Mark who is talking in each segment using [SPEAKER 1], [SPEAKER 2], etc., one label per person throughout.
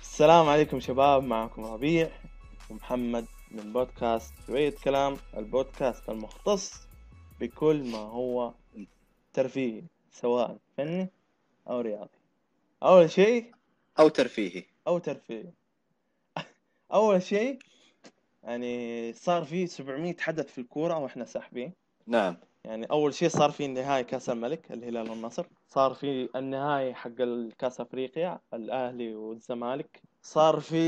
[SPEAKER 1] السلام عليكم شباب معكم ربيع ومحمد من بودكاست شوية كلام البودكاست المختص بكل ما هو ترفيهي سواء فني أو رياضي أول شيء
[SPEAKER 2] او ترفيهي
[SPEAKER 1] أو ترفيهي أول شيء يعني صار في 700 حدث في الكورة وإحنا ساحبين
[SPEAKER 2] نعم
[SPEAKER 1] يعني اول شيء صار في نهائي كاس الملك الهلال والنصر صار في النهائي حق الكاس افريقيا الاهلي والزمالك صار في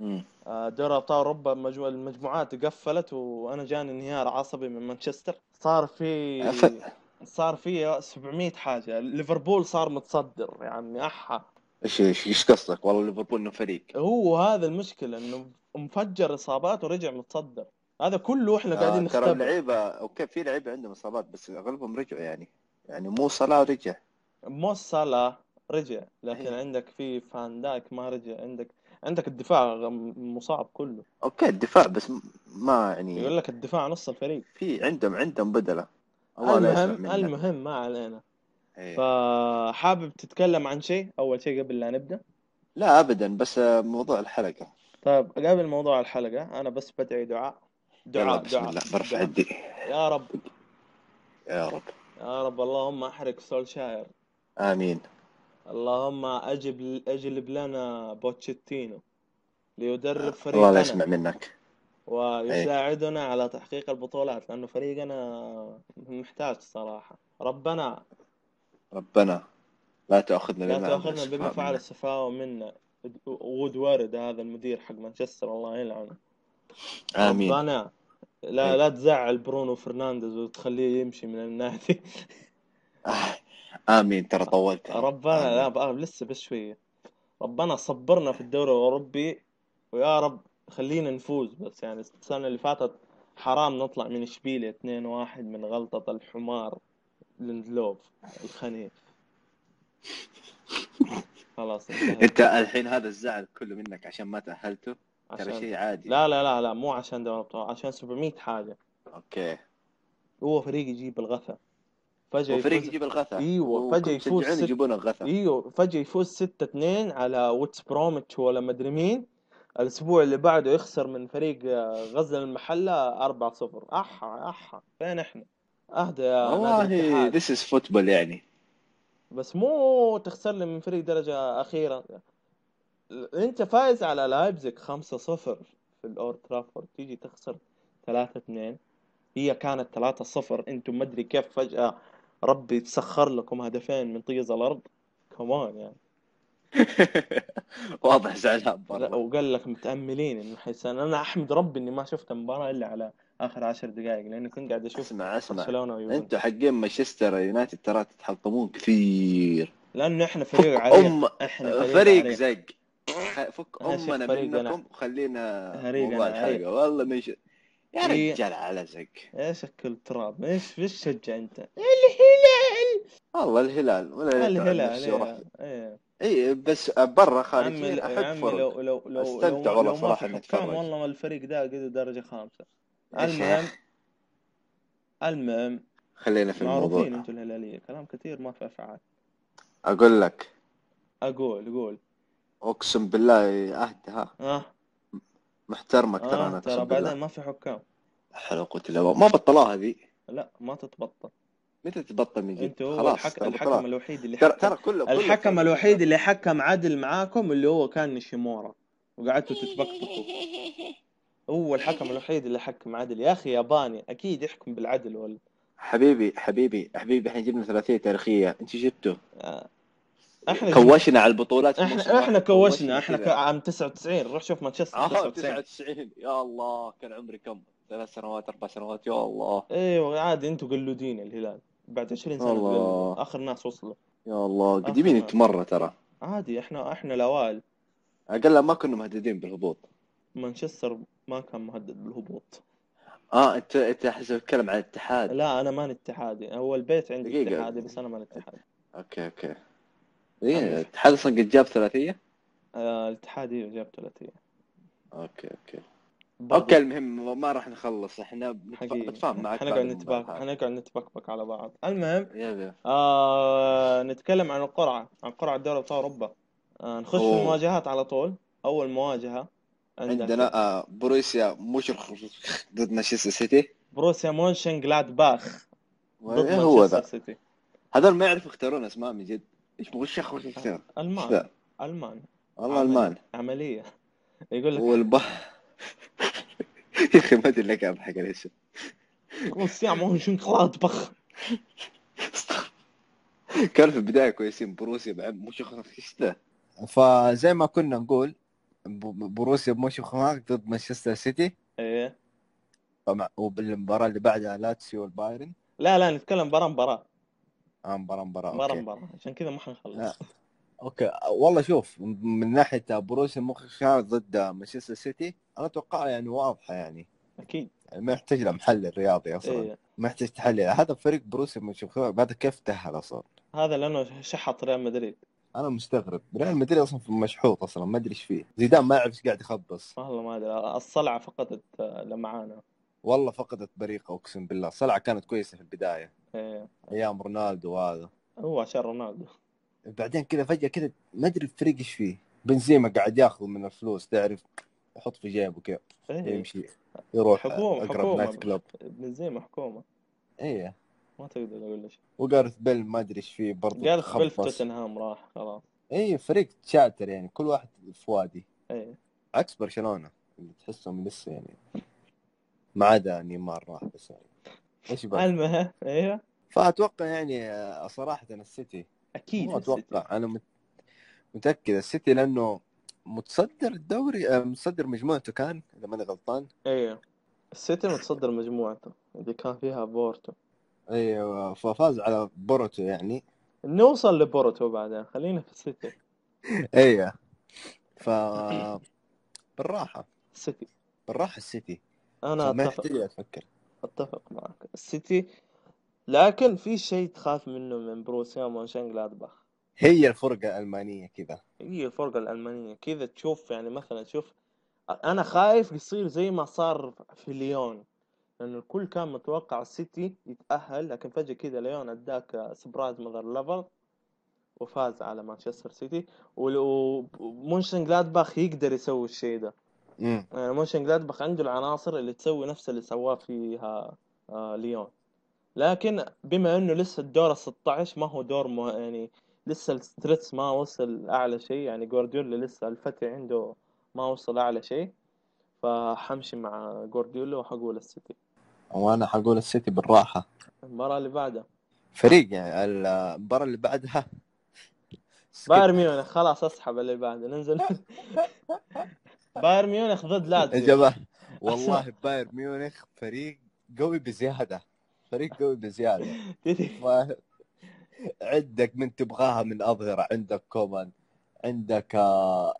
[SPEAKER 2] مم.
[SPEAKER 1] آه، دوري ابطال اوروبا مجمو- المجموعات قفلت وانا جاني انهيار عصبي من مانشستر صار في
[SPEAKER 2] أف-
[SPEAKER 1] صار في 700 حاجه ليفربول صار متصدر يعني، يا عمي احا
[SPEAKER 2] ايش ايش ايش قصدك والله ليفربول انه فريق
[SPEAKER 1] هو هذا المشكله انه مفجر اصابات ورجع متصدر هذا كله احنا
[SPEAKER 2] آه
[SPEAKER 1] قاعدين
[SPEAKER 2] ترى
[SPEAKER 1] نختبر
[SPEAKER 2] اللعيبه اوكي في لعيبه عندهم اصابات بس اغلبهم رجعوا يعني يعني مو صلاح رجع
[SPEAKER 1] مو صلاح رجع لكن
[SPEAKER 2] إيه.
[SPEAKER 1] عندك في فان دايك ما رجع عندك عندك الدفاع غ- مصاب كله
[SPEAKER 2] اوكي الدفاع بس م- ما
[SPEAKER 1] يقول
[SPEAKER 2] يعني
[SPEAKER 1] لك الدفاع نص الفريق
[SPEAKER 2] في عندهم عندهم بدله الله لا يسمع
[SPEAKER 1] المهم
[SPEAKER 2] منه
[SPEAKER 1] المهم ما علينا
[SPEAKER 2] إيه.
[SPEAKER 1] فحابب تتكلم عن شيء اول شيء قبل لا نبدا
[SPEAKER 2] لا ابدا بس آه، موضوع الحلقه
[SPEAKER 1] طيب قبل موضوع الحلقه انا بس بدعي دعاء
[SPEAKER 2] يلا
[SPEAKER 1] دعاء
[SPEAKER 2] بسم
[SPEAKER 1] دعاء
[SPEAKER 2] الله برفع
[SPEAKER 1] دعاء
[SPEAKER 2] يدي
[SPEAKER 1] يا رب
[SPEAKER 2] يا رب
[SPEAKER 1] يا رب اللهم احرق سولشاير
[SPEAKER 2] امين
[SPEAKER 1] اللهم اجب اجلب لنا بوتشيتينو ليدرب
[SPEAKER 2] آه، الله لا
[SPEAKER 1] فريقنا
[SPEAKER 2] يسمع منك ايه
[SPEAKER 1] ويساعدنا على تحقيق البطولات لأنه فريقنا محتاج صراحة ربنا
[SPEAKER 2] ربنا لا تاخذنا
[SPEAKER 1] لا
[SPEAKER 2] لما عمل
[SPEAKER 1] تأخذنا بما
[SPEAKER 2] السفهاء
[SPEAKER 1] فعل
[SPEAKER 2] منا
[SPEAKER 1] السفهاء منا وودوارد هذا المدير حق مانشستر الله يلعنه
[SPEAKER 2] امين
[SPEAKER 1] ربنا لا
[SPEAKER 2] ايه
[SPEAKER 1] لا تزعل برونو فرنانديز وتخليه يمشي من النادي
[SPEAKER 2] آه. امين ترى طولت انا
[SPEAKER 1] ربنا لا
[SPEAKER 2] امين
[SPEAKER 1] بقى لسه بشوية ربنا صبرنا في الدوري الأوروبي ويا رب خلينا نفوز بس يعني السنة اللي فاتت حرام نطلع من اشبيليا 2-1 من غلطة الحمار ليندلوف الخنيف خلاص انتهت
[SPEAKER 2] انت الحين هذا الزعل كله منك عشان ما تأهلته ترى
[SPEAKER 1] عشان
[SPEAKER 2] شيء عادي
[SPEAKER 1] لا لا لا لا مو عشان دوري ابطال عشان 700 حاجة
[SPEAKER 2] اوكي
[SPEAKER 1] هو فريق يجيب الغثة فجأة
[SPEAKER 2] هو فريق
[SPEAKER 1] يفوز
[SPEAKER 2] يجيب الغثا
[SPEAKER 1] ايوه فجأة
[SPEAKER 2] وكنت
[SPEAKER 1] يفوز
[SPEAKER 2] تشجعون
[SPEAKER 1] ست
[SPEAKER 2] يجيبون الغثا
[SPEAKER 1] ايوه فجأة يفوز 6 2 على ويتس برومتش ولا مدري مين الاسبوع اللي بعده يخسر من فريق آه، غزل المحلة 4 0 احا احا فين احنا اهدى يا نادي
[SPEAKER 2] والله
[SPEAKER 1] الاتحاد
[SPEAKER 2] this is football يعني
[SPEAKER 1] بس مو تخسر لي من فريق درجة أخيرة انت فايز على لايبزيج 5-0 في الاورد ترافورد تيجي تخسر 3-2 هي كانت 3-0 انتم ما ادري كيف فجأة ربي تسخر لكم هدفين من طيز الارض كمان يعني
[SPEAKER 2] واضح زعلان
[SPEAKER 1] لا
[SPEAKER 2] برضه
[SPEAKER 1] وقال لك متأملين انه حيسان انا احمد ربي اني ما شفت المباراة الا على اخر 10 دقائق لاني كنت قاعد اشوف
[SPEAKER 2] اسمع اسمع
[SPEAKER 1] برشلونة
[SPEAKER 2] انتوا
[SPEAKER 1] ويوفنتوس
[SPEAKER 2] حقين مانشستر يونايتد ترى تتحطمون كثير
[SPEAKER 1] لانه احنا فريق
[SPEAKER 2] فك
[SPEAKER 1] عريق
[SPEAKER 2] ام
[SPEAKER 1] احنا فريق
[SPEAKER 2] فريق
[SPEAKER 1] عريق
[SPEAKER 2] زق خ- فك
[SPEAKER 1] انا شفت
[SPEAKER 2] امنا
[SPEAKER 1] فريق انا
[SPEAKER 2] منكم وخلينا
[SPEAKER 1] فريق
[SPEAKER 2] موضوع
[SPEAKER 1] انا عريق
[SPEAKER 2] الحلقه والله من ش... يا
[SPEAKER 1] ايه
[SPEAKER 2] رجال على زق
[SPEAKER 1] ايش اكل تراب ايش ايش تشجع انت الهلال
[SPEAKER 2] والله الهلال ولا يدافع عن
[SPEAKER 1] الهلال
[SPEAKER 2] نفسه وراح
[SPEAKER 1] ايه ايه
[SPEAKER 2] اي بس برا
[SPEAKER 1] يا عمي
[SPEAKER 2] خارجيا
[SPEAKER 1] يا
[SPEAKER 2] احب
[SPEAKER 1] عمي
[SPEAKER 2] فرق
[SPEAKER 1] لو لو لو
[SPEAKER 2] استمتع
[SPEAKER 1] لو
[SPEAKER 2] والله
[SPEAKER 1] لو ما في
[SPEAKER 2] صراحه اني
[SPEAKER 1] حكام
[SPEAKER 2] اتفرج
[SPEAKER 1] والله ما الفريق ده قد درجة خامسة
[SPEAKER 2] ايش يا
[SPEAKER 1] المهم
[SPEAKER 2] اخي
[SPEAKER 1] المهم
[SPEAKER 2] خلينا في الموضوع
[SPEAKER 1] معروفين انتوا الهلالية كلام كثير ما في افعال
[SPEAKER 2] اقول لك
[SPEAKER 1] اقول قول
[SPEAKER 2] اقسم بالله عهدها
[SPEAKER 1] اه
[SPEAKER 2] محترمك ترى
[SPEAKER 1] اه
[SPEAKER 2] انا
[SPEAKER 1] ترى
[SPEAKER 2] اقسم
[SPEAKER 1] بعدين
[SPEAKER 2] بالله
[SPEAKER 1] ما في حكام
[SPEAKER 2] حول ولا قوه الا بالله ما بطلوها ذي
[SPEAKER 1] لا ما تتبطل
[SPEAKER 2] متى تبطل من جد
[SPEAKER 1] انت هو
[SPEAKER 2] خلاص
[SPEAKER 1] الحك...
[SPEAKER 2] ترى
[SPEAKER 1] الحكم
[SPEAKER 2] بطلوها
[SPEAKER 1] الوحيد اللي
[SPEAKER 2] ترى
[SPEAKER 1] حكم
[SPEAKER 2] ترى كله كله
[SPEAKER 1] الحكم
[SPEAKER 2] فرق
[SPEAKER 1] الوحيد
[SPEAKER 2] الحكم
[SPEAKER 1] اللي حكم عدل معاكم اللي هو كان نشيمورا وقعدتوا تتبكبكوا هو الحكم الوحيد اللي حكم عدل يا اخي ياباني اكيد يحكم بالعدل ولا
[SPEAKER 2] حبيبي حبيبي حبيبي احنا جبنا ثلاثيه تاريخيه انت جبته
[SPEAKER 1] آه، احنا جبنا
[SPEAKER 2] كوشنا على البطولات في موسم
[SPEAKER 1] احنا احنا
[SPEAKER 2] واحد
[SPEAKER 1] كوشنا
[SPEAKER 2] كوشنا
[SPEAKER 1] احنا ك...
[SPEAKER 2] كذا
[SPEAKER 1] عام 99 روح شوف مانشستر
[SPEAKER 2] اه
[SPEAKER 1] 99
[SPEAKER 2] 99 يا الله كان عمري كم ثلاث سنوات اربع سنوات يا الله
[SPEAKER 1] ايوه عادي انتوا قلودين الهلال بعد 20
[SPEAKER 2] يا
[SPEAKER 1] سنة تقلدوا
[SPEAKER 2] الله
[SPEAKER 1] اخر ناس وصلوا
[SPEAKER 2] يا الله
[SPEAKER 1] اخر
[SPEAKER 2] قديمين
[SPEAKER 1] ناس
[SPEAKER 2] انت مره ترى
[SPEAKER 1] عادي احنا احنا الاوائل
[SPEAKER 2] اقل ما كنا مهددين بالهبوط
[SPEAKER 1] مانشستر ما كان مهدد بالهبوط
[SPEAKER 2] اه انت انت احسب تتكلم عن الاتحاد
[SPEAKER 1] لا انا ماني اتحادي هو البيت عندي
[SPEAKER 2] دقيقه
[SPEAKER 1] اتحادي بس انا ماني اتحادي
[SPEAKER 2] اوكي اوكي
[SPEAKER 1] عمي
[SPEAKER 2] ايه
[SPEAKER 1] ف...
[SPEAKER 2] الاتحاد اصلا قد جاب ثلاثيه
[SPEAKER 1] آه الاتحادي جاب ثلاثية
[SPEAKER 2] اوكي اوكي اوكي
[SPEAKER 1] برضو
[SPEAKER 2] المهم ما راح نخلص احنا بنتف...
[SPEAKER 1] حقيقي
[SPEAKER 2] بتفاهم معك
[SPEAKER 1] حنقعد
[SPEAKER 2] بعد الموضوع
[SPEAKER 1] نتباك
[SPEAKER 2] الحالي
[SPEAKER 1] حنقعد نتبكبك على بعض المهم
[SPEAKER 2] يلا
[SPEAKER 1] آه... نتكلم عن القرعة عن قرعة دوري أبطال أوروبا آه، نخش في
[SPEAKER 3] أوه.
[SPEAKER 1] المواجهات على طول اول مواجهه عندك
[SPEAKER 3] عندنا آه، بروسيا مشرق ضد مانشستر سيتي
[SPEAKER 1] بروسيا مونشن باخ ضد
[SPEAKER 3] إيه هو
[SPEAKER 1] مانشستر
[SPEAKER 3] ذا
[SPEAKER 1] سيتي
[SPEAKER 3] هذول ما يعرفوا يختارون اسماء من جد ايش مغشخ وش يختار إيش
[SPEAKER 1] المان
[SPEAKER 3] ذا؟
[SPEAKER 1] المان
[SPEAKER 3] والله المان
[SPEAKER 1] عمليه يقول لك
[SPEAKER 3] والب يا اخي ما ادري لك اضحك على ايش
[SPEAKER 1] بروسيا مونشن باخ
[SPEAKER 3] كانوا في البدايه كويسين بروسيا بعد مشرق ايش ذا؟
[SPEAKER 2] فزي ما كنا نقول ب- بروسيا بمونشنخ ضد مانشستر سيتي
[SPEAKER 1] ايه
[SPEAKER 2] طبعا وبالمباراه اللي بعدها لاتسيو والبايرن
[SPEAKER 1] لا لا نتكلم مباراه مباراه
[SPEAKER 2] آه، مباراه مباراه
[SPEAKER 1] مباراه
[SPEAKER 2] اوكي
[SPEAKER 1] مباراه عشان كذا ما
[SPEAKER 2] لا.
[SPEAKER 1] حنخلص
[SPEAKER 2] اوكي والله شوف من ناحيه بروسيا مونشنخ ضد مانشستر سيتي انا اتوقع يعني واضحه يعني
[SPEAKER 1] اكيد
[SPEAKER 2] يعني ما يحتاج لها محلل رياضي اصلا
[SPEAKER 1] ايه
[SPEAKER 2] ما يحتاج تحلل هذا فريق بروسيا مونشنخ بعد كيف تاهل اصلا
[SPEAKER 1] هذا لانه شحط ريال مدريد
[SPEAKER 2] انا مستغرب ريال مدريد اصلا في مشحوط اصلا ما ادري ايش فيه زيدان ما يعرف ايش قاعد يخبص
[SPEAKER 1] والله ما ادري الصلعه فقدت آه، لمعانه
[SPEAKER 2] والله فقدت بريقه اقسم بالله صلعه كانت كويسه في البدايه
[SPEAKER 1] ايه
[SPEAKER 2] ايام رونالدو وهذا
[SPEAKER 1] هو عشان رونالدو
[SPEAKER 2] بعدين كذا فجاه كذا ما ادري الفريق ايش فيه بنزيما قاعد ياخذ من الفلوس تعرف يحط في جيبه كذا
[SPEAKER 1] ايه
[SPEAKER 2] يمشي يروح
[SPEAKER 1] حكومة-
[SPEAKER 2] اقرب
[SPEAKER 1] حكومة.
[SPEAKER 2] نايت كلوب
[SPEAKER 1] بنزيما حكومه
[SPEAKER 2] ايه
[SPEAKER 1] ما تقدر اقول شيء
[SPEAKER 2] وجارث بيل ما ادري ايش فيه برضه
[SPEAKER 1] جالس بيل في
[SPEAKER 2] تخبص
[SPEAKER 1] توتنهام راح خلاص
[SPEAKER 2] ايه فريق تشاتر يعني كل واحد في وادي
[SPEAKER 1] ايه
[SPEAKER 2] عكس برشلونه اللي تحسهم لسه يعني ما عدا نيمار راح بس يعني ايش بقى
[SPEAKER 1] المهم ايوه
[SPEAKER 2] فاتوقع يعني آه، صراحه السيتي
[SPEAKER 1] اكيد
[SPEAKER 2] مو
[SPEAKER 1] إيه، السيتي
[SPEAKER 2] اتوقع انا مت- متاكد السيتي لانه متصدر الدوري آه، متصدر مجموعته كان اذا ماني غلطان
[SPEAKER 1] ايوه السيتي متصدر مجموعته اللي كان فيها بورتو
[SPEAKER 2] ايوه ففاز على بورتو يعني
[SPEAKER 1] نوصل لبورتو بعدين خلينا في السيتي
[SPEAKER 2] ايوه ف بالراحه
[SPEAKER 1] السيتي
[SPEAKER 2] بالراحه السيتي
[SPEAKER 1] انا
[SPEAKER 2] فما
[SPEAKER 1] اتفق
[SPEAKER 2] يحتاج افكر
[SPEAKER 1] اتفق معك السيتي لكن في شيء تخاف منه من بروسيا مونشنجلادباخ
[SPEAKER 2] هي الفرقه الالمانيه كذا
[SPEAKER 1] هي الفرقة الألمانية كذا تشوف يعني مثلا تشوف أنا خايف يصير زي ما صار في ليون لأنه الكل كان متوقع السيتي يتأهل لكن فجأة كذا ليون أداك سبرايز مذر ليفل وفاز على مانشستر سيتي ومونشن جلادباخ يقدر يسوي الشيء ده
[SPEAKER 2] امم
[SPEAKER 1] يعني مونشن جلادباخ عنده العناصر اللي تسوي نفس اللي سواه فيها آه، ليون لكن بما انه لسه الدور ال 16 ما هو دور مه... يعني لسه الستريتس ما وصل اعلى شيء يعني جوارديولا لسه الفتى عنده ما وصل اعلى شيء فحمشي مع جوارديولا وحقول السيتي
[SPEAKER 2] وانا حقول السيتي بالراحه
[SPEAKER 1] المباراة اللي بعدها
[SPEAKER 2] فريق يعني المباراه اللي بعدها
[SPEAKER 1] بايرن
[SPEAKER 2] سكيب
[SPEAKER 1] ميونخ خلاص اسحب اللي بعده ننزل بايرن ميونخ ضد
[SPEAKER 2] يا
[SPEAKER 1] لاتسيو
[SPEAKER 2] جماعه والله بايرن ميونخ فريق قوي بزياده فريق قوي بزياده
[SPEAKER 1] تدري
[SPEAKER 2] ما- عندك من تبغاها من اظهره عندك كومان عندك آه،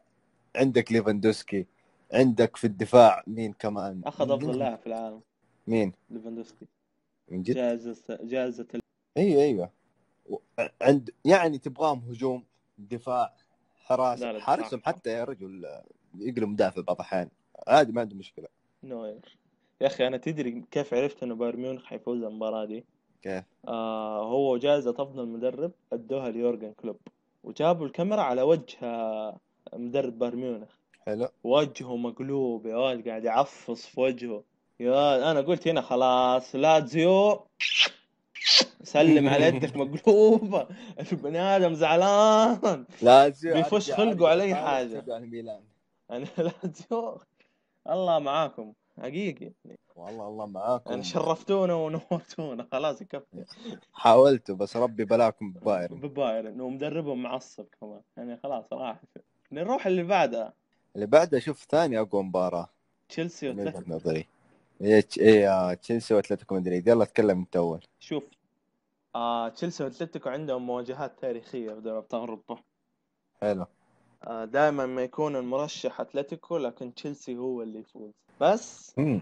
[SPEAKER 2] عندك ليفاندوسكي عندك في الدفاع مين كمان
[SPEAKER 1] اخذ افضل
[SPEAKER 2] مين
[SPEAKER 1] لاعب في العالم
[SPEAKER 2] مين
[SPEAKER 1] ليفاندوفسكي
[SPEAKER 2] من جد
[SPEAKER 1] جائزة جائزة ال-
[SPEAKER 2] ايوه ايوه و- عند يعني تبغاهم هجوم دفاع حراسه
[SPEAKER 1] لا لا دفاع
[SPEAKER 2] حارسهم حتى يا رجل آه، يقلب مدافع بعض الاحيان عادي ما عنده مشكله
[SPEAKER 1] نوير يا اخي انا تدري كيف عرفت انه بايرن ميونخ حيفوز المباراة دي
[SPEAKER 2] كيف
[SPEAKER 1] آه هو جائزة أفضل مدرب أدوها ليورجن كلوب وجابوا الكاميرا على وجه آه، مدرب بايرن ميونخ
[SPEAKER 2] حلو
[SPEAKER 1] وجهه مقلوب يا ولد قاعد يعفص في وجهه يا ولد أنا قلت هنا خلاص لاتزيو سلم على يدك مقلوبة البني آدم زعلان
[SPEAKER 2] لازم
[SPEAKER 1] بيفش
[SPEAKER 2] ارجع
[SPEAKER 1] خلقه على
[SPEAKER 2] ارجع
[SPEAKER 1] أي
[SPEAKER 2] طالع
[SPEAKER 1] حاجة
[SPEAKER 2] اشجع الميلان
[SPEAKER 1] أنا لاتزيو الله معاكم حقيقي
[SPEAKER 2] والله الله
[SPEAKER 1] يعني
[SPEAKER 2] معاكم
[SPEAKER 1] شرفتونا ونورتونا خلاص يكفي
[SPEAKER 2] حاولت بس ربي بلاكم بايرن
[SPEAKER 1] ببايرن ومدربهم معصب كمان يعني خلاص راح نروح اللي بعدها
[SPEAKER 2] اللي بعده شوف ثاني اقوى مباراه
[SPEAKER 1] تشيلسي
[SPEAKER 2] من وجهه
[SPEAKER 1] واتلتيكو
[SPEAKER 2] نظري هي تش- هي آه، تشيلسي واتلتيكو مدريد يلا اتكلم انت اول
[SPEAKER 1] شوف آه تشيلسي واتلتيكو عندهم مواجهات تاريخية في دوري ابطال اوروبا
[SPEAKER 2] حلو
[SPEAKER 1] آه دائما ما يكون المرشح اتلتيكو لكن تشيلسي هو اللي يفوز بس
[SPEAKER 2] مم.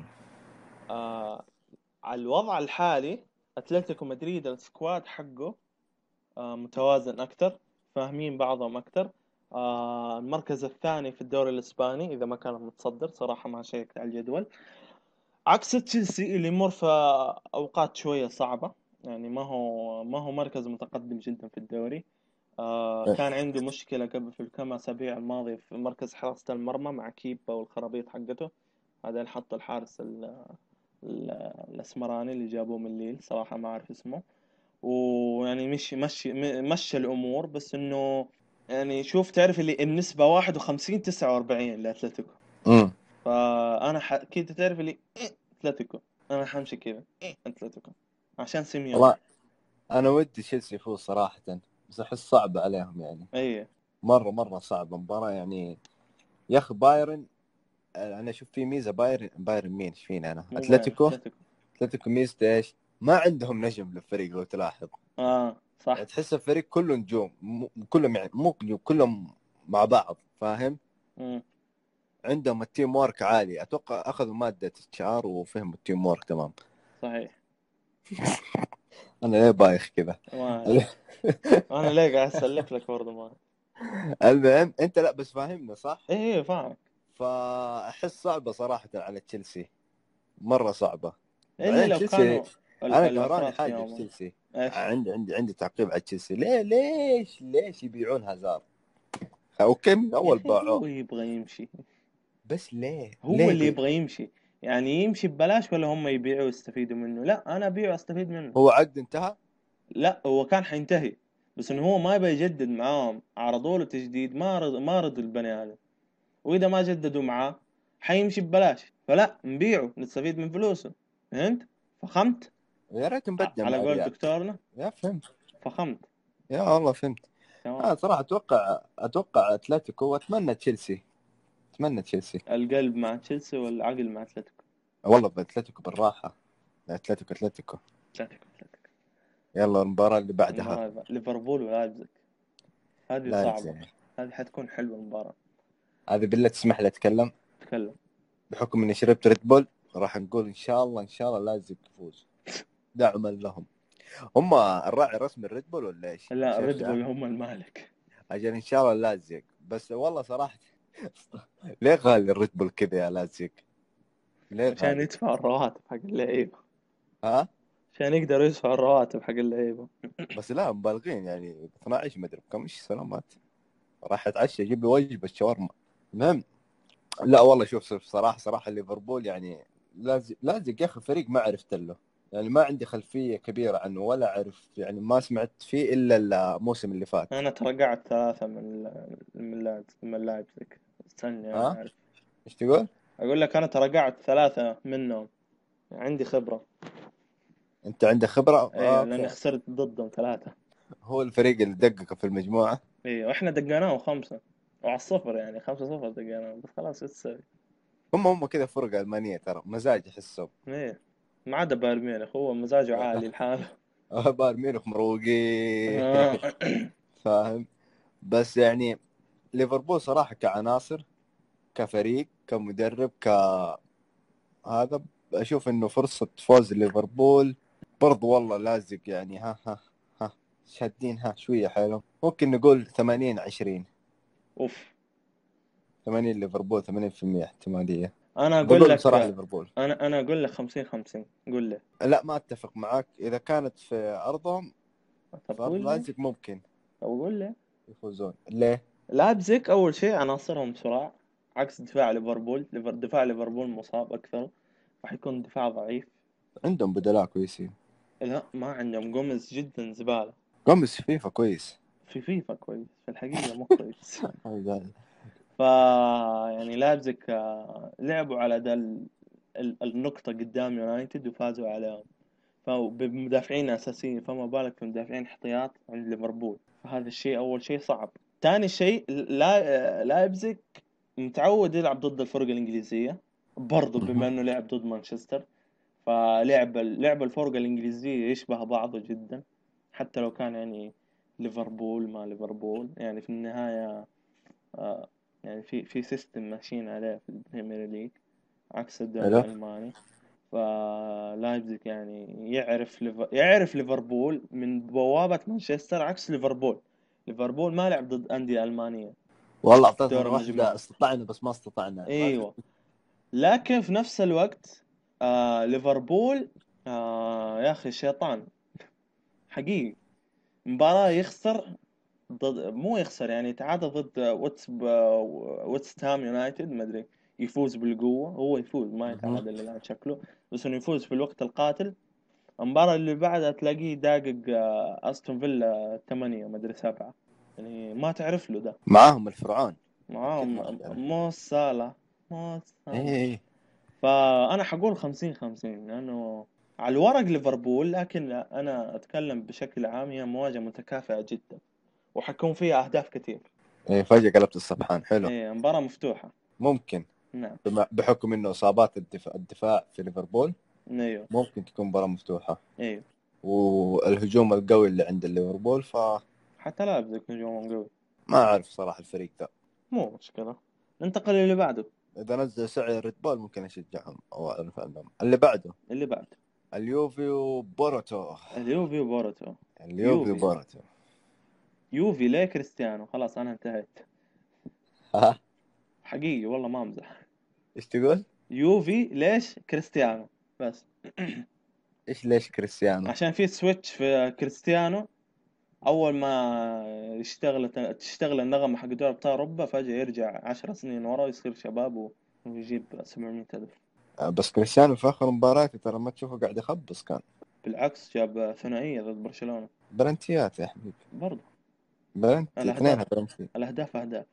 [SPEAKER 1] آه على الوضع الحالي اتلتيكو مدريد السكواد حقه آه متوازن اكثر فاهمين بعضهم اكثر آه المركز الثاني في الدوري الاسباني اذا ما كان متصدر صراحة ما شيكت على الجدول عكس تشيلسي اللي يمر في اوقات شويه صعبه يعني ما هو ما هو مركز متقدم جدا في الدوري آه كان عنده مشكلة قبل في الكم أسابيع الماضية في مركز حراسة المرمى مع كيبا والخرابيط حقته هذا حط الحارس ال- ال- الأسمراني اللي جابوه من ليل صراحة ما أعرف اسمه ويعني مشي مشي م- مشى الأمور بس إنه يعني شوف تعرف اللي النسبة 51 49 لأتلتيكو
[SPEAKER 2] امم
[SPEAKER 1] فانا ح... كنت تعرف اللي إيه، اتلتيكو انا حمشي كذا إيه، اتلتيكو عشان سيميون
[SPEAKER 2] والله انا ودي تشيلسي يفوز صراحه بس احس صعبه عليهم يعني
[SPEAKER 1] اي
[SPEAKER 2] مره مره صعبه مباراه يعني يا اخي بايرن انا اشوف في ميزه بايرن بايرن مين ايش فيني انا
[SPEAKER 1] مو
[SPEAKER 2] اتلتيكو
[SPEAKER 1] باين، اتلتيكو
[SPEAKER 2] اتلتيكو ميزته ايش؟ ما عندهم نجم للفريق لو تلاحظ
[SPEAKER 1] اه صح
[SPEAKER 2] يعني تحس الفريق كله نجوم م- كلهم يعني مو نجوم كلهم مع بعض فاهم؟
[SPEAKER 1] مم.
[SPEAKER 2] عندهم التيم وورك عالي اتوقع اخذوا ماده اتش ار وفهموا التيم وورك تمام
[SPEAKER 1] صحيح
[SPEAKER 2] انا ليه بايخ كذا
[SPEAKER 1] ما أعرف. انا ليه قاعد اسلك لك برضه ما إيه،
[SPEAKER 2] المهم انت لا بس فاهمنا صح؟
[SPEAKER 1] اي اي فاهم
[SPEAKER 2] فاحس صعبه صراحه على تشيلسي مره صعبه
[SPEAKER 1] الا
[SPEAKER 2] بعدين
[SPEAKER 1] لو
[SPEAKER 2] تشيلسي-
[SPEAKER 1] كانوا ال-
[SPEAKER 2] انا قهران
[SPEAKER 1] الافراد
[SPEAKER 2] حاجه في
[SPEAKER 1] يوم
[SPEAKER 2] تشيلسي
[SPEAKER 1] ايش
[SPEAKER 2] عندي عندي عندي تعقيب على تشيلسي ليه ليش ليش يبيعون هازارد؟ اوكي من
[SPEAKER 1] يا
[SPEAKER 2] اول
[SPEAKER 1] اخي يعني هو
[SPEAKER 2] باعوه
[SPEAKER 1] يبغى يمشي
[SPEAKER 2] بس ليه؟
[SPEAKER 1] هو
[SPEAKER 2] ليه
[SPEAKER 1] اللي
[SPEAKER 2] بي-
[SPEAKER 1] يبغى يمشي يعني يمشي ببلاش ولا هم يبيعوا ويستفيدوا منه لا انا ابيعه واستفيد منه
[SPEAKER 2] هو عقد انتهى؟
[SPEAKER 1] لا هو كان حينتهي بس انه هو ما يبي يجدد معاهم عرضوا له تجديد ما رض ما رضوا البني ادم واذا ما جددوا معاه حيمشي ببلاش فلا نبيعه نستفيد من فلوسه فهمت؟ فخمت
[SPEAKER 2] يا ريت
[SPEAKER 1] ع-
[SPEAKER 2] نبدع
[SPEAKER 1] على
[SPEAKER 2] مع
[SPEAKER 1] قول
[SPEAKER 2] الريال
[SPEAKER 1] دكتورنا
[SPEAKER 2] يا فهمت
[SPEAKER 1] فخمت
[SPEAKER 2] يا والله فهمت آه،
[SPEAKER 1] تمام
[SPEAKER 2] انا صراحه اتوقع اتوقع اتلتيكو واتمنى تشيلسي اتمنى تشيلسي
[SPEAKER 1] القلب مع تشيلسي والعقل مع اتلتيكو
[SPEAKER 2] والله باتلتيكو بالراحه اتلتيكو اتلتيكو
[SPEAKER 1] اتلتيكو اتلتيكو
[SPEAKER 2] يلا المباراه اللي بعدها
[SPEAKER 1] المباراة الب- يعني ليفربول ولايبزيج هذه
[SPEAKER 2] لا
[SPEAKER 1] صعبة
[SPEAKER 2] يمكن.
[SPEAKER 1] هذه حتكون حلوة المباراة
[SPEAKER 2] هذه بالله تسمح لي اتكلم
[SPEAKER 1] تكلم
[SPEAKER 2] بحكم اني شربت ريد بول راح نقول ان شاء الله ان شاء الله لازم تفوز دعما لهم هم الراعي الرسمي الريد بول ولا ايش؟
[SPEAKER 1] لا
[SPEAKER 2] شايف
[SPEAKER 1] ريد
[SPEAKER 2] ده؟
[SPEAKER 1] بول هم المالك
[SPEAKER 2] اجل ان شاء الله لازق بس والله صراحه ليه غالي الريد بول كذا يا لازق؟ ليه
[SPEAKER 1] عشان
[SPEAKER 2] غالي؟
[SPEAKER 1] يدفع الرواتب حق اللعيبة
[SPEAKER 2] ها؟
[SPEAKER 1] عشان يقدروا يدفعوا الرواتب حق اللعيبة
[SPEAKER 2] بس لا مبالغين يعني 12 ما ادري بكم ايش سلامات راح اتعشى اجيب لي وجبه شاورما المهم لا والله شوف شوف صراحه صراحه ليفربول يعني لازق لازق يا اخي فريق ما عرفت له يعني ما عندي خلفيه كبيره عنه ولا اعرف يعني ما سمعت فيه الا الموسم اللي فات
[SPEAKER 1] انا ترى قعد ثلاثة من من لايب من لايبزيج استني انا
[SPEAKER 2] ها؟
[SPEAKER 1] اعرف
[SPEAKER 2] ايش تقول؟
[SPEAKER 1] اقول لك انا ترى قعد ثلاثة منهم عندي خبرة
[SPEAKER 2] انت عندك خبره؟ آه،
[SPEAKER 1] ايوه لاني
[SPEAKER 2] اوكي
[SPEAKER 1] خسرت ضدهم ثلاثة
[SPEAKER 2] هو الفريق اللي دقق في المجموعه
[SPEAKER 1] ايوه احنا دقناهم خمسة وعلى الصفر يعني خمسة صفر دقناهم بس خلاص ايش تسوي؟
[SPEAKER 2] هم هم كذا فرقه المانيه ترى مزاج احسهم
[SPEAKER 1] ايه ما عدا بايرن ميونخ هو مزاجه عالي لحاله
[SPEAKER 2] بايرن ميونخ مروقين
[SPEAKER 1] آه.
[SPEAKER 2] فاهم بس يعني ليفربول صراحه كعناصر كفريق كمدرب ك هذا اشوف انه فرصه فوز ليفربول برضو والله لازق يعني ها ها ها شادين ها شويه حيلهم ممكن نقول 80 20
[SPEAKER 1] اوف
[SPEAKER 2] 80 ليفربول 80% احتماليه
[SPEAKER 1] انا اقول
[SPEAKER 2] بقول بصراحه
[SPEAKER 1] لك
[SPEAKER 2] ليفربول
[SPEAKER 1] انا انا اقول لك 50 50 قول لي
[SPEAKER 2] لا ما اتفق معك اذا كانت في ارضهم
[SPEAKER 1] طب
[SPEAKER 2] في ارض
[SPEAKER 1] قول لي
[SPEAKER 2] لازق ممكن
[SPEAKER 1] طب قول لي
[SPEAKER 2] يفوزون ليه؟
[SPEAKER 1] لايبزيج اول شيء عناصرهم صراع عكس دفاع ليفربول ليفر- دفاع ليفربول مصاب اكثر راح يكون دفاع ضعيف
[SPEAKER 2] عندهم بدلاء كويسين
[SPEAKER 1] لا ما عندهم جوميز جدا زباله
[SPEAKER 2] جوميز في فيفا كويس Oh
[SPEAKER 1] في فيفا كويس في الحقيقه مو كويس فا يعني لايبزيج آه، لعبوا على ده ال- ال- النقطه قدام يونايتد وفازوا عليهم فبمدافعين اساسيين فما بالك بمدافعين احتياط عند ليفربول فهذا الشيء اول شيء صعب ثاني شيء لا آه، لايبزيج متعود يلعب ضد الفرق الانجليزيه برضه بما انه لعب ضد مانشستر فلعب لعب الفرق الانجليزيه يشبه بعضه جدا حتى لو كان يعني ليفربول ما ليفربول يعني في النهايه آه، يعني في في سيستم ماشيين عليه في البريمير ليج عكس الدوري
[SPEAKER 2] حلو
[SPEAKER 1] الالماني فلايبزيج يعني يعرف ليف... يعرف ليفربول من بوابة مانشستر عكس ليفربول ليفربول ما لعب ضد أندية ألمانية
[SPEAKER 2] والله اعطيتنا
[SPEAKER 1] دور
[SPEAKER 2] واحده
[SPEAKER 1] المجموعة
[SPEAKER 2] استطعنا بس ما استطعنا
[SPEAKER 1] ايوه لكن في نفس الوقت آه ليفربول آه يا اخي شيطان حقيقي مباراة يخسر ضد مو يخسر يعني يتعادل ضد واتس ب... واتس تام يونايتد ما ادري يفوز بالقوه هو يفوز ما يتعادل الان شكله بس انه يفوز في الوقت القاتل المباراه اللي بعدها تلاقيه داقق آه، استون فيلا 8 ما ادري 7 يعني ما تعرف له ده
[SPEAKER 2] معاهم الفرعون
[SPEAKER 1] معاهم
[SPEAKER 2] أكيد ما
[SPEAKER 1] مو صالح مو صالح
[SPEAKER 2] ايه
[SPEAKER 1] فانا حقول 50 50 لانه على الورق ليفربول لكن انا اتكلم بشكل عام هي مواجهه متكافئه جدا وحكون فيها اهداف كثير
[SPEAKER 2] ايه فجاه قلبت الصفحان حلو
[SPEAKER 1] ايه مباراه مفتوحه
[SPEAKER 2] ممكن
[SPEAKER 1] نعم
[SPEAKER 2] بما- بحكم انه اصابات الدفاع, الدفاع في ليفربول
[SPEAKER 1] ايوه
[SPEAKER 2] ممكن تكون مباراه مفتوحه
[SPEAKER 1] ايوه
[SPEAKER 2] والهجوم القوي اللي عند ليفربول فما
[SPEAKER 1] حتى لاعب ذاك نجوم قوي
[SPEAKER 2] اعرف صراحه الفريق ده
[SPEAKER 1] مو مشكله ننتقل للي بعده
[SPEAKER 2] اذا نزل سعر ريد بول ممكن اشجعهم او اعرف عنهم اللي بعده
[SPEAKER 1] اللي بعده
[SPEAKER 2] اليوفي وبورتو
[SPEAKER 1] اليوفي وبورتو
[SPEAKER 2] اليوفي
[SPEAKER 1] يوفي.
[SPEAKER 2] وبورتو
[SPEAKER 1] يوفي ليه كريستيانو خلاص انا انتهيت
[SPEAKER 2] ها
[SPEAKER 1] حقيقي والله ما امزح
[SPEAKER 2] ايش تقول؟
[SPEAKER 1] يوفي ليش كريستيانو بس
[SPEAKER 2] ايش ليش كريستيانو؟
[SPEAKER 1] عشان في سويتش في كريستيانو اول ما اشتغلت تشتغل النغمه حق دوري ابطال اوروبا فجاه يرجع 10 سنين ورا ويصير شباب و- ويجيب 700 هدف
[SPEAKER 2] آه، بس كريستيانو في اخر مباراته ترى ما تشوفه قاعد يخبص كان
[SPEAKER 1] بالعكس جاب ثنائيه ضد برشلونه
[SPEAKER 2] بلنتيات يا حبيبي
[SPEAKER 1] برضه
[SPEAKER 2] بلنتي
[SPEAKER 1] الأهداف.
[SPEAKER 2] اثنين بلنتي
[SPEAKER 1] الاهداف اهداف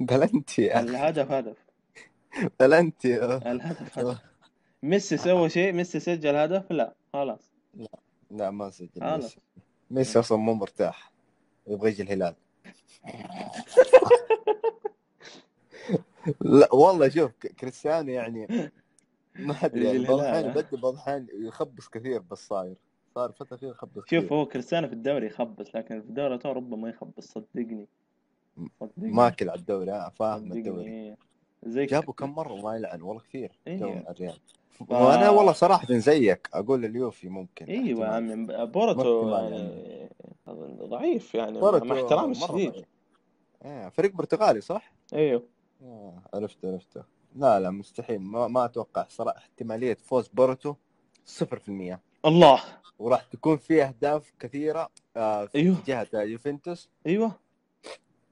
[SPEAKER 2] بلنتي يا أخي.
[SPEAKER 1] الهدف هدف
[SPEAKER 2] بلنتي آه.
[SPEAKER 1] الهدف هدف ميسي سوى شيء ميسي سجل هدف لا خلاص
[SPEAKER 2] لا ما سجل
[SPEAKER 1] خلاص
[SPEAKER 2] ميسي ميسي اصلا مو مرتاح يبغى يجي الهلال لا والله شوف ك- كريستيانو يعني ما ادري
[SPEAKER 1] يجي
[SPEAKER 2] يعني بعض الاحيان
[SPEAKER 1] الهلال.
[SPEAKER 2] يبدل بعض الاحيان يخبص كثير بس صاير صار فتره فيه يخبص
[SPEAKER 1] شوف
[SPEAKER 2] كثير
[SPEAKER 1] هو كريستيانو في الدوري يخبص لكن في دوري ابطال اوروبا ما يخبص صدقني صدقني
[SPEAKER 2] ماكل على الدوري آه، فاهم الدوري
[SPEAKER 1] صدقني زي
[SPEAKER 2] جابوا كم مره وما يلعن والله كثير
[SPEAKER 1] إيه.
[SPEAKER 2] جو مع الريال
[SPEAKER 1] ف-
[SPEAKER 2] وانا والله صراحه زيك اقول اليوفي ممكن
[SPEAKER 1] ايوه يا
[SPEAKER 2] احتمال.
[SPEAKER 1] عمي
[SPEAKER 2] ما
[SPEAKER 1] بورتو
[SPEAKER 2] في مانع
[SPEAKER 1] يعني ضعيف يعني
[SPEAKER 2] برضو
[SPEAKER 1] مع احترامي
[SPEAKER 2] مرة
[SPEAKER 1] الشديد
[SPEAKER 2] ضعيف. آه، فريق برتغالي صح؟
[SPEAKER 1] ايوه
[SPEAKER 2] آه، عرفته عرفته لا لا مستحيل ما, ما اتوقع صراحه احتماليه فوز بورتو 0%
[SPEAKER 1] الله
[SPEAKER 2] وراح تكون في اهداف كثيره آه، في
[SPEAKER 1] أيوه.
[SPEAKER 2] جهه يوفنتوس
[SPEAKER 1] ايوه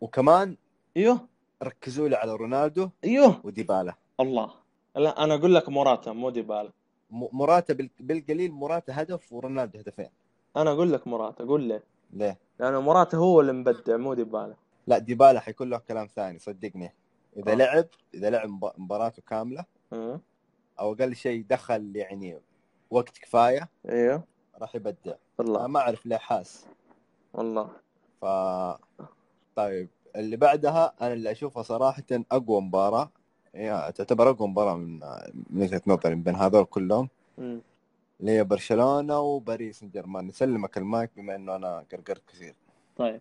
[SPEAKER 2] وكمان
[SPEAKER 1] ايوه
[SPEAKER 2] ركزوا لي على رونالدو
[SPEAKER 1] ايوه
[SPEAKER 2] وديبالا
[SPEAKER 1] الله لا انا اقول لك موراتا مو ديبالا
[SPEAKER 2] م- موراتا بال- بالقليل موراتا هدف ورونالدو هدفين
[SPEAKER 1] انا اقول لك موراتا قول لي
[SPEAKER 2] ليه؟
[SPEAKER 1] لانه موراتا هو اللي مبدع مو ديبالا
[SPEAKER 2] لا ديبالا حيكون له كلام ثاني صدقني اذا
[SPEAKER 1] آه.
[SPEAKER 2] لعب اذا لعب مب- مباراته كامله
[SPEAKER 1] أه.
[SPEAKER 2] او اقل شيء دخل يعني وقت كفايه
[SPEAKER 1] ايوه
[SPEAKER 2] راح يبدع أنا
[SPEAKER 1] الله
[SPEAKER 2] ما اعرف ليه حاس
[SPEAKER 1] والله
[SPEAKER 2] ف طيب اللي بعدها انا اللي اشوفها صراحه اقوى مباراه يعني تعتبر اقوى مباراه من من وجهه نظري من بين هذول كلهم
[SPEAKER 1] أمم.
[SPEAKER 2] اللي هي برشلونه وباريس سان جيرمان نسلمك المايك بما انه انا قرقرت كثير
[SPEAKER 1] طيب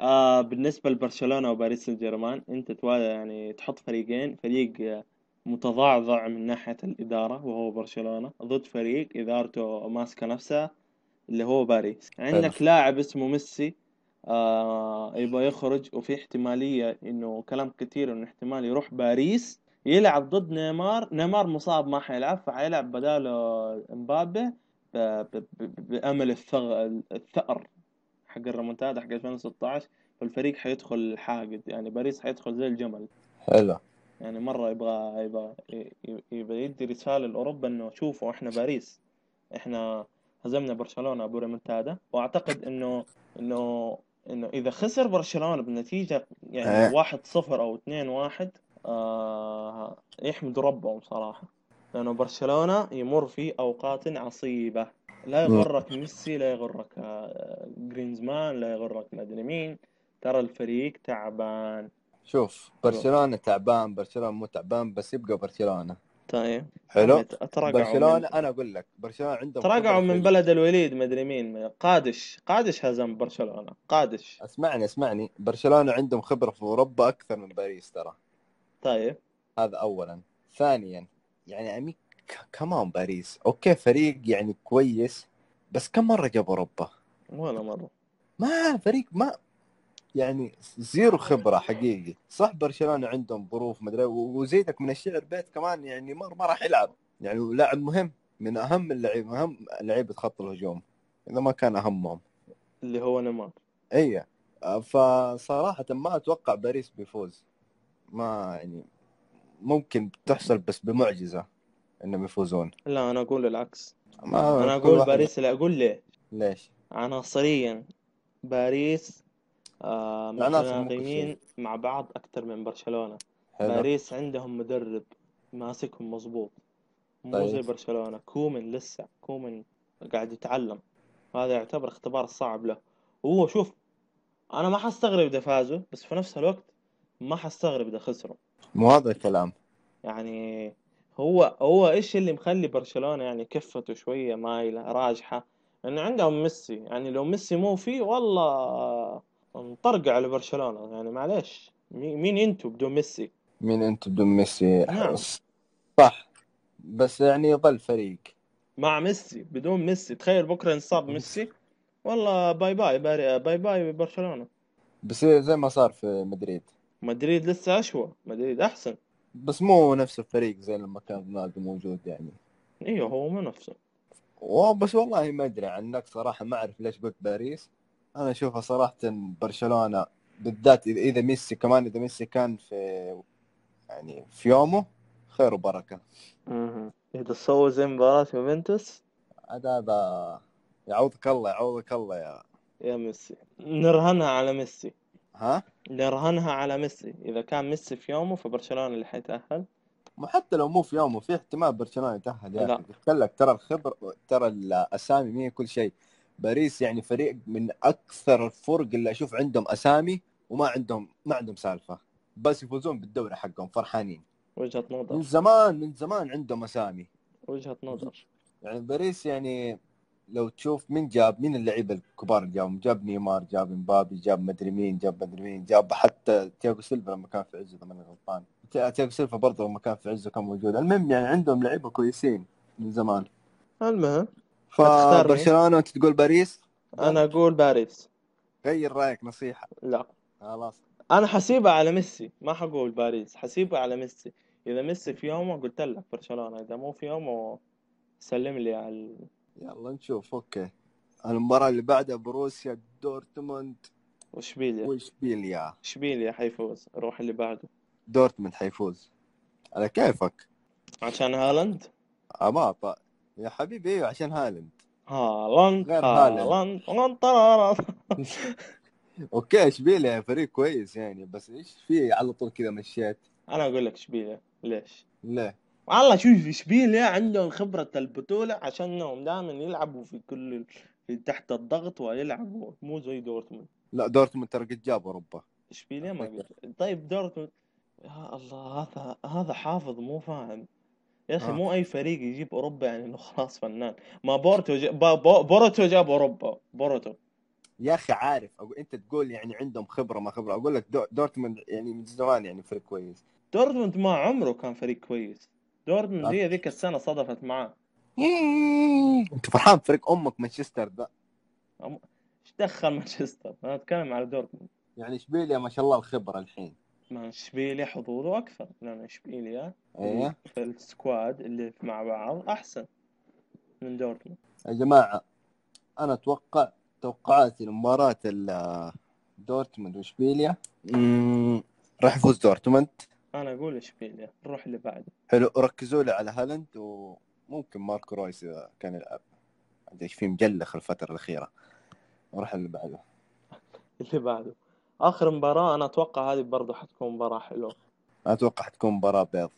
[SPEAKER 1] آه بالنسبة لبرشلونة وباريس سان جيرمان أنت تواجه يعني تحط فريقين فريق آه، متضعضع من ناحية الإدارة وهو برشلونة ضد فريق إدارته ماسكة نفسها اللي هو باريس عندك
[SPEAKER 2] حلو.
[SPEAKER 1] لاعب اسمه ميسي آه يبغى يخرج وفي احتمالية إنه كلام كثير إنه احتمال يروح باريس يلعب ضد نيمار نيمار مصاب ما حيلعب فحيلعب بداله مبابي ب- ب- ب- بأمل الثغ- الثأر حق الريمونتادا حق 2016 فالفريق حيدخل حاقد يعني باريس حيدخل زي الجمل
[SPEAKER 2] حلو
[SPEAKER 1] يعني مرة يبغى يبغى ي- يبغى يدي رسالة لأوروبا إنه شوفوا إحنا باريس إحنا هزمنا برشلونة أبو ريمونتادا وأعتقد إنه إنه إنه إذا خسر برشلونة بنتيجة يعني
[SPEAKER 2] إيه.
[SPEAKER 1] 1-0 أو 2-1 آه يحمد ربهم صراحة لأنه برشلونة يمر في أوقات عصيبة لا
[SPEAKER 2] مم.
[SPEAKER 1] يغرك ميسي لا يغرك آه، جرينزمان لا يغرك مدري مين ترى الفريق تعبان
[SPEAKER 2] شوف برشلونه تعبان برشلونه مو تعبان بس يبقى برشلونه
[SPEAKER 1] طيب
[SPEAKER 2] حلو
[SPEAKER 1] عمي تراجعوا من
[SPEAKER 2] برشلونه انا اقول لك برشلونه عندهم
[SPEAKER 1] تراجعوا
[SPEAKER 2] خبره
[SPEAKER 1] من
[SPEAKER 2] في
[SPEAKER 1] بلد الوليد مدري مين قادش قادش هزم برشلونة قادش
[SPEAKER 2] اسمعني اسمعني برشلونه عندهم خبره في اوروبا اكثر من باريس ترى
[SPEAKER 1] طيب
[SPEAKER 2] هذا اولا ثانيا يعني امي ك- كمان باريس اوكي فريق يعني كويس بس كم مره جاب اوروبا
[SPEAKER 1] ولا مرة
[SPEAKER 2] ما فريق ما يعني زيرو خبره حقيقي صح برشلونه عندهم ظروف مدري و- وزيدك من الشعر بيت كمان يعني ما, ما راح يلعب يعني لاعب مهم من اهم اللعيبه اهم لعيبه خط الهجوم اذا ما كان اهمهم
[SPEAKER 1] اللي هو نيمار
[SPEAKER 2] اي إيه. آه، فصراحة ما أتوقع باريس بيفوز ما يعني ممكن تحصل بس بمعجزة إنهم يفوزون
[SPEAKER 1] لا انا اقول العكس
[SPEAKER 2] ما
[SPEAKER 1] انا
[SPEAKER 2] كل
[SPEAKER 1] اقول
[SPEAKER 2] واحد-
[SPEAKER 1] باريس لا اقول ليه
[SPEAKER 2] ليش؟
[SPEAKER 1] عناصريا باريس آه
[SPEAKER 2] العناصر مو كل
[SPEAKER 1] متناغمين مع بعض اكثر من برشلونه
[SPEAKER 2] حلو
[SPEAKER 1] باريس عندهم مدرب ماسكهم مظبوط مو
[SPEAKER 2] طيب.
[SPEAKER 1] زي برشلونة كومن لسه كومن قاعد يتعلم هذا يعتبر اختبار صعب له هو شوف انا ما حستغرب اذا فازوا بس في نفس الوقت ما حستغرب اذا خسروا
[SPEAKER 2] مو هذا الكلام
[SPEAKER 1] يعني هو هو ايش اللي مخلي برشلونة يعني كفته شوية مايلة راجحة انه عندهم ميسي يعني لو ميسي مو فيه والله انطرقع على برشلونة يعني معليش مي- مين انتوا بدون ميسي
[SPEAKER 2] مين انت بدون ميسي
[SPEAKER 1] نعم.
[SPEAKER 2] صح بس يعني يظل فريق
[SPEAKER 1] مع ميسي بدون ميسي تخيل بكره انصاب ميسي والله باي باي باري باي باي برشلونه
[SPEAKER 2] بيصير زي ما صار في مدريد
[SPEAKER 1] مدريد لسه اشوى مدريد احسن
[SPEAKER 2] بس مو نفس الفريق زي لما كان رونالدو موجود يعني
[SPEAKER 1] ايوه هو مو نفسه
[SPEAKER 2] وبس والله ما ادري عنك صراحه ما اعرف ليش قلت باريس انا اشوفها صراحه برشلونه بالذات اذا إذا ميسي كمان اذا ميسي كان في يعني في يومه خير وبركه
[SPEAKER 1] اذا سووا زي مباراه يوفنتوس
[SPEAKER 2] عاد هذا يعوضك الله يعوضك الله يا
[SPEAKER 1] يا ميسي نرهنها على ميسي
[SPEAKER 2] ها
[SPEAKER 1] نرهنها على ميسي اذا كان ميسي في يومه فبرشلونه اللي حيتاهل
[SPEAKER 2] مو حتى لو مو في يومه في احتمال برشلونه يتاهل يا
[SPEAKER 1] لا.
[SPEAKER 2] اخي قلت لك ترى الخبر ترى الاسامي مين كل شيء باريس يعني فريق من اكثر الفرق اللي اشوف عندهم اسامي وما عندهم ما عندهم سالفه بس يفوزون بالدوري حقهم فرحانين
[SPEAKER 1] وجهه
[SPEAKER 2] من
[SPEAKER 1] نظر
[SPEAKER 2] زمان من زمان عندهم اسامي
[SPEAKER 1] وجهه نظر
[SPEAKER 2] يعني باريس يعني لو تشوف مين جاب مين اللعيبه الكبار اللي جابهم جاب نيمار جاب مبابي جاب مدري مين جاب مدري مين جاب حتى تياغو سيلفا لما كان في عزه اذا ماني غلطان تي- تياغو سيلفا برضه لما كان في عزه كان موجود المهم يعني عندهم لعيبه كويسين من زمان
[SPEAKER 1] المهم هتختار مين؟
[SPEAKER 2] فبرشلونه وانت تقول باريس
[SPEAKER 1] انا اقول باريس
[SPEAKER 2] غير رايك نصيحه
[SPEAKER 1] لا
[SPEAKER 2] خلاص
[SPEAKER 1] انا حسيبها على ميسي ما حقول باريس حسيبها على ميسي اذا ميسي في يومه قلت لك برشلونه اذا مو في يومه سلم لي على ال-
[SPEAKER 2] يلا نشوف اوكي المباراه اللي بعدها بروسيا دورتموند
[SPEAKER 1] وشبيليا
[SPEAKER 2] واشبيليا
[SPEAKER 1] شبيليا حيفوز روح اللي بعده
[SPEAKER 2] دورتموند حيفوز على كيفك
[SPEAKER 1] عشان هالاند
[SPEAKER 2] عباطة آه، يا حبيبي ايوه عشان هالند
[SPEAKER 1] هالاند
[SPEAKER 2] غير هالاند.
[SPEAKER 1] هالاند هالاند طرارا.
[SPEAKER 2] اوكي اشبيليا فريق كويس يعني بس ايش في على طول كذا مشيت
[SPEAKER 1] انا اقول لك شبيليا ليش
[SPEAKER 2] ليه
[SPEAKER 1] والله شوف اشبيليا عندهم خبرة البطولة عشان انهم دائما يلعبوا في كل ال- في تحت الضغط ويلعبوا مو زي دورتموند
[SPEAKER 2] لا دورتموند ترى قد جاب اوروبا
[SPEAKER 1] اشبيليا ما قلت طيب دورتموند يا الله هذا هذا حافظ مو فاهم يا اخي
[SPEAKER 2] آه.
[SPEAKER 1] مو اي فريق يجيب اوروبا يعني انه خلاص فنان ما بورتو جا... با... بو- بورتو جاب اوروبا بورتو
[SPEAKER 2] يا اخي عارف أقول انت تقول يعني عندهم خبره ما خبره اقول لك دو- دورتموند يعني من زمان يعني فريق كويس
[SPEAKER 1] دورتموند ما عمره كان فريق كويس دورتموند
[SPEAKER 2] آه.
[SPEAKER 1] هي ذيك السنه صدفت معاه
[SPEAKER 2] انت فرحان فريق امك مانشستر ذا
[SPEAKER 1] ايش دخل مانشستر انا اتكلم على دورتموند
[SPEAKER 2] يعني اشبيليا ما شاء الله الخبره الحين
[SPEAKER 1] ما اشبيليا حظوظه اكثر لان اشبيليا
[SPEAKER 2] ايه
[SPEAKER 1] في السكواد اللي مع بعض احسن من دورتموند
[SPEAKER 2] يا جماعه انا اتوقع توقعاتي لمباراه ال- دورتموند واشبيليا مم، راح يفوز دورتموند
[SPEAKER 1] انا اقول اشبيليا نروح اللي بعده
[SPEAKER 2] حلو ركزوا لي على هالاند وممكن ماركو رويس اذا كان يلعب عاد ايش فيه مجلخ الفتره الاخيره نروح اللي بعده
[SPEAKER 1] اللي بعده اخر مباراه انا اتوقع هذه برضه حتكون مباراه حلوه
[SPEAKER 2] اتوقع حتكون مباراه بيض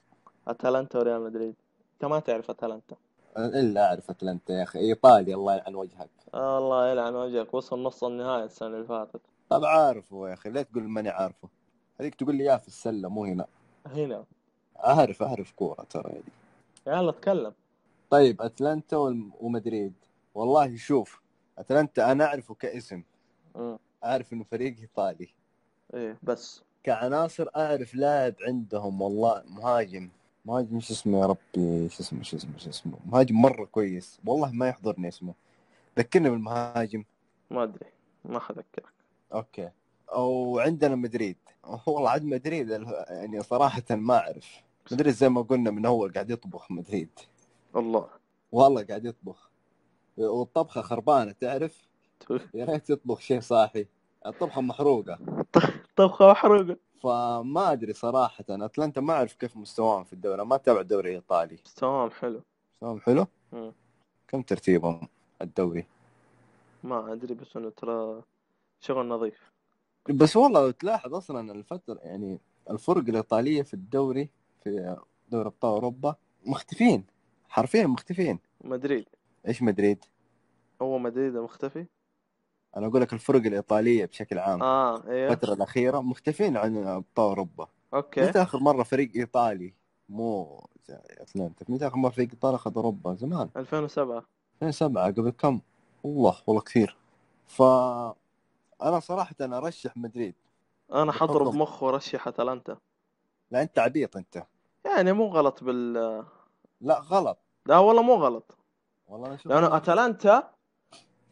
[SPEAKER 1] اتلانتا وريال مدريد انت ما تعرف اتلانتا
[SPEAKER 2] أنا الا اعرف اتلانتا يا اخي ايطالي الله يلعن وجهك
[SPEAKER 1] آه الله يلعن وجهك وصل نص النهائي السنة اللي فاتت
[SPEAKER 2] طب عارفه يا اخي ليه تقول ماني عارفه هذيك تقول لي يا في السله مو هنا
[SPEAKER 1] هنا
[SPEAKER 2] اعرف اعرف كوره ترى يعني
[SPEAKER 1] يلا اتكلم
[SPEAKER 2] طيب اتلانتا والم- ومدريد والله شوف اتلانتا انا اعرفه كاسم
[SPEAKER 1] مم.
[SPEAKER 2] اعرف انه فريق ايطالي
[SPEAKER 1] ايه بس
[SPEAKER 2] كعناصر اعرف لاعب عندهم والله مهاجم مهاجم شو اسمه يا ربي شو اسمه شو اسمه شو اسمه مهاجم مره كويس والله ما يحضرني اسمه ذكرني بالمهاجم
[SPEAKER 1] ما ادري ما حذكرك
[SPEAKER 2] اوكي او عندنا مدريد والله عاد مدريد ال- يعني صراحه ما اعرف مدريد زي ما قلنا من اول قاعد يطبخ مدريد
[SPEAKER 1] الله
[SPEAKER 2] والله قاعد يطبخ والطبخه خربانه تعرف يا ريت يطبخ شيء صاحي الطبخه محروقه
[SPEAKER 1] طبخه محروقه
[SPEAKER 2] فما ادري صراحه اتلانتا ما اعرف كيف مستواهم في الدوري أنا ما اتابع الدوري الايطالي
[SPEAKER 1] مستواهم حلو
[SPEAKER 2] مستواهم حلو
[SPEAKER 1] مم.
[SPEAKER 2] كم ترتيبهم الدوري
[SPEAKER 1] ما ادري بس انه ترى شغل نظيف
[SPEAKER 2] بس والله لو تلاحظ اصلا الفتره يعني الفرق الايطاليه في الدوري في دوري ابطال اوروبا مختفين حرفيا مختفين
[SPEAKER 1] مدريد
[SPEAKER 2] ايش مدريد
[SPEAKER 1] هو مدريد المختفي
[SPEAKER 2] انا اقول لك الفرق الايطاليه بشكل عام
[SPEAKER 1] اه ايوه
[SPEAKER 2] الفتره الاخيره مختفين عن ابطال اوروبا
[SPEAKER 1] اوكي
[SPEAKER 2] متى اخر مره فريق ايطالي مو اتلانتا متى اخر مره فريق ايطالي اخذ اوروبا زمان
[SPEAKER 1] 2007
[SPEAKER 2] 2007 قبل كم والله والله كثير ف انا صراحه أنا ارشح مدريد
[SPEAKER 1] انا حضرب
[SPEAKER 2] بحطه.
[SPEAKER 1] مخ ورشح اتلانتا
[SPEAKER 2] لا انت عبيط انت
[SPEAKER 1] يعني مو غلط بال
[SPEAKER 2] لا غلط
[SPEAKER 1] لا والله مو غلط
[SPEAKER 2] والله انا اشوف
[SPEAKER 1] لانه اتلانتا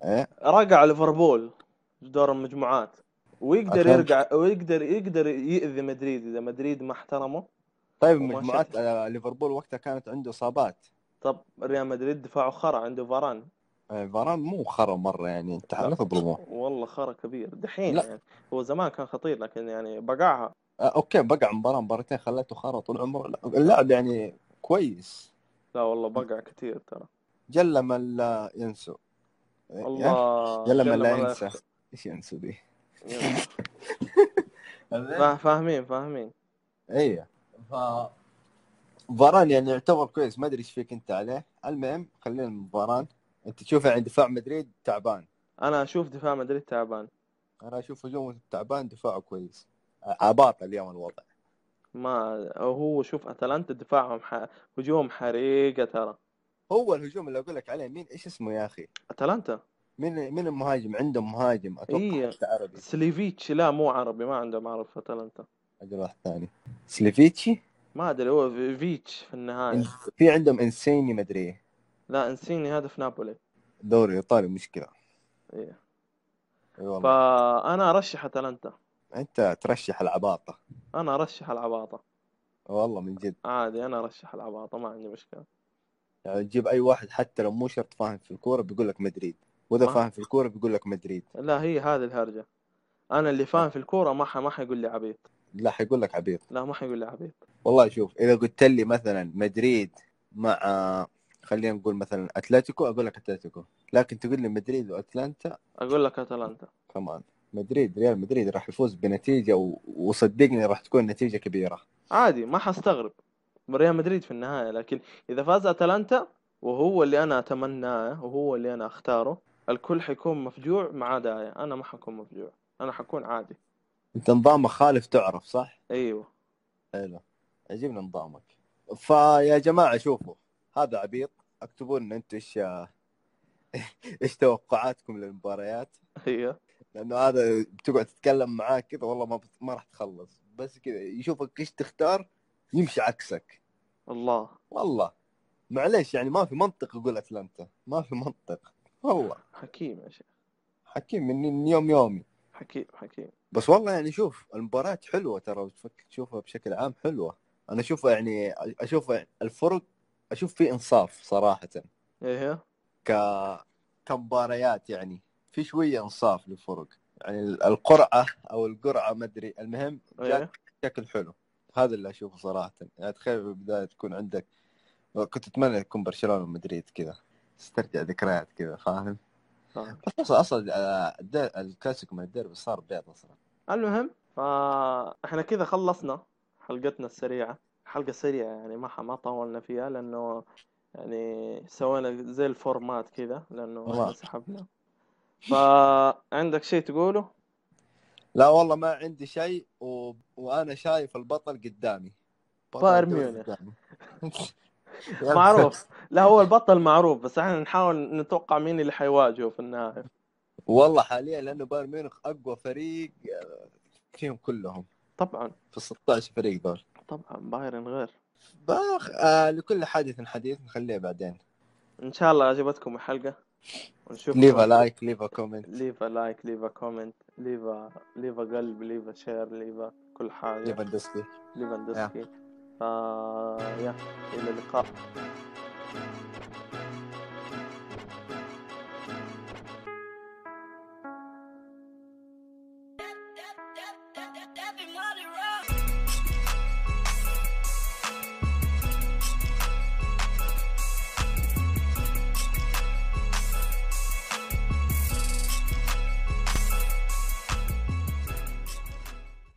[SPEAKER 2] إيه.
[SPEAKER 1] رقع ليفربول في دور المجموعات ويقدر
[SPEAKER 2] أتلانتا.
[SPEAKER 1] يرجع ويقدر يقدر ياذي مدريد اذا مدريد ما احترمه
[SPEAKER 2] طيب
[SPEAKER 1] وما
[SPEAKER 2] مجموعات
[SPEAKER 1] شفت.
[SPEAKER 2] آه، ليفربول وقتها كانت عنده اصابات
[SPEAKER 1] طب ريال مدريد دفاعه خرا عنده فاران
[SPEAKER 2] آه، فاران مو خرا مره يعني انت
[SPEAKER 1] لا.
[SPEAKER 2] لا تظلمه
[SPEAKER 1] والله خرا كبير دحين
[SPEAKER 2] لا.
[SPEAKER 1] يعني هو زمان كان خطير لكن يعني بقعها
[SPEAKER 2] آه، اوكي بقع مباراه مباراتين خلته خرا طول عمره لا، اللاعب يعني كويس
[SPEAKER 1] لا والله بقع كثير ترى
[SPEAKER 2] جل من لا ينسو آه،
[SPEAKER 1] الله
[SPEAKER 2] جل من
[SPEAKER 1] جل
[SPEAKER 2] لا
[SPEAKER 1] من لا
[SPEAKER 2] ينسى ايش ينسو دي؟
[SPEAKER 1] ينسى. فا- فاهمين فاهمين
[SPEAKER 2] ايه ف فاران يعني يعتبر كويس ما ادري ايش فيك انت عليه المهم خلينا من فاران انت تشوفه عند دفاع مدريد تعبان
[SPEAKER 1] انا اشوف دفاع مدريد تعبان
[SPEAKER 2] انا اشوف هجومه تعبان دفاعه كويس عباطه اليوم الوضع
[SPEAKER 1] ما هو شوف اتلانتا دفاعهم ح... هجوم حريقه ترى
[SPEAKER 2] هو الهجوم اللي اقول لك عليه مين ايش اسمه يا اخي
[SPEAKER 1] اتلانتا
[SPEAKER 2] مين مين المهاجم عندهم مهاجم اتوقع
[SPEAKER 1] إيه.
[SPEAKER 2] إيه. حتى عربي
[SPEAKER 1] سليفيتش لا مو عربي ما عندهم عرب في اتلانتا
[SPEAKER 2] اجل واحد ثاني سليفيتشي
[SPEAKER 1] ما ادري هو في- فيتش في النهايه
[SPEAKER 2] إن- في عندهم انسيني مدري إيه.
[SPEAKER 1] لا انسيني هذا في نابولي
[SPEAKER 2] دوري ايطالي مشكله
[SPEAKER 1] إيه.
[SPEAKER 2] اي والله
[SPEAKER 1] فانا ارشح اتلانتا
[SPEAKER 2] انت ترشح العباطه
[SPEAKER 1] انا ارشح العباطه
[SPEAKER 2] والله من جد
[SPEAKER 1] عادي انا ارشح العباطه ما عندي مشكله
[SPEAKER 2] يعني تجيب اي واحد حتى لو مو شرط فاهم في الكوره بيقول لك مدريد واذا
[SPEAKER 1] ما-
[SPEAKER 2] فاهم في الكوره بيقول لك مدريد
[SPEAKER 1] لا هي هذه الهرجه انا اللي فاهم في الكوره ما ح... ما حيقول لي عبيط
[SPEAKER 2] لا حيقول لك عبيط
[SPEAKER 1] لا ما حيقول لي عبيط
[SPEAKER 2] والله شوف اذا قلت لي مثلا مدريد مع خلينا نقول مثلا اتلتيكو اقول لك اتلتيكو لكن تقول لي مدريد واتلانتا
[SPEAKER 1] اقول لك اتلانتا
[SPEAKER 2] كمان مدريد ريال مدريد راح يفوز بنتيجه و... وصدقني راح تكون نتيجه كبيره
[SPEAKER 1] عادي ما حستغرب ريال مدريد في النهايه لكن اذا فاز اتلانتا وهو اللي انا اتمناه وهو اللي انا اختاره الكل حيكون مفجوع ما عدا أنا. انا ما حكون مفجوع انا حكون عادي
[SPEAKER 2] انت نظامك خالف تعرف صح؟
[SPEAKER 1] ايوه
[SPEAKER 2] حلو عجبني نظامك فيا جماعه شوفوا هذا عبيط اكتبوا لنا انتم ايش ايش توقعاتكم للمباريات
[SPEAKER 1] هي
[SPEAKER 2] لانه هذا بتقعد تتكلم معاه كذا والله ما بت... ما راح تخلص بس كذا يشوفك ايش تختار يمشي عكسك
[SPEAKER 1] الله
[SPEAKER 2] والله معليش يعني ما في منطق يقول اتلانتا ما في منطق والله
[SPEAKER 1] حكيم يا شيخ
[SPEAKER 2] حكيم من من يوم يومي
[SPEAKER 1] حكيم حكيم
[SPEAKER 2] بس والله يعني شوف المباراة حلوة ترى بتفكر تشوفها بشكل عام حلوة انا اشوفها يعني اشوف الفرق اشوف في انصاف صراحة
[SPEAKER 1] ايه هي
[SPEAKER 2] ك كمباريات يعني في شوية انصاف للفرق يعني القرعة او القرعة ما ادري المهم جات
[SPEAKER 1] ايه
[SPEAKER 2] بشكل حلو هذا اللي اشوفه صراحه يعني تخيل بالبدايه تكون عندك كنت اتمنى يكون برشلونه ومدريد كذا استرجع ذكريات كذا فاهم
[SPEAKER 1] طيب.
[SPEAKER 2] بس اصلا اصلا آه، الدير- الكلاسيكو من الديربي صار بيض اصلا
[SPEAKER 1] المهم فا احنا كذا خلصنا حلقتنا السريعة حلقة سريعة يعني ما ح- ما طولنا فيها لأنه يعني سوينا زي الفورمات كذا لأنه
[SPEAKER 2] والله.
[SPEAKER 1] احنا سحبنا فعندك شيء تقوله
[SPEAKER 2] لا والله ما عندي شيء و... وانا شايف البطل قدامي بطل
[SPEAKER 1] بايرن
[SPEAKER 2] الدوري
[SPEAKER 1] ميونخ.
[SPEAKER 2] قدامي.
[SPEAKER 1] معروف لا هو البطل معروف بس احنا نحاول نتوقع مين اللي حيواجهه في النهاية
[SPEAKER 2] والله حاليا لانه بايرن ميونخ اقوى فريق آه، فيهم كلهم
[SPEAKER 1] طبعا
[SPEAKER 2] في ال 16 فريق دول
[SPEAKER 1] طبعا بايرن غير
[SPEAKER 2] باخ آه لكل حادث حديث نخليه بعدين
[SPEAKER 1] إن شاء الله عجبتكم الحلقة ونشوفكم
[SPEAKER 2] ليفا لايك ليفا كومنت
[SPEAKER 1] ليفا لايك ليفا كومنت ليفا ليفا قلب ليفا شير ليفا كل حاجة
[SPEAKER 2] ليفاندوسكي
[SPEAKER 1] ليفاندوسكي فا يا الى اللقاء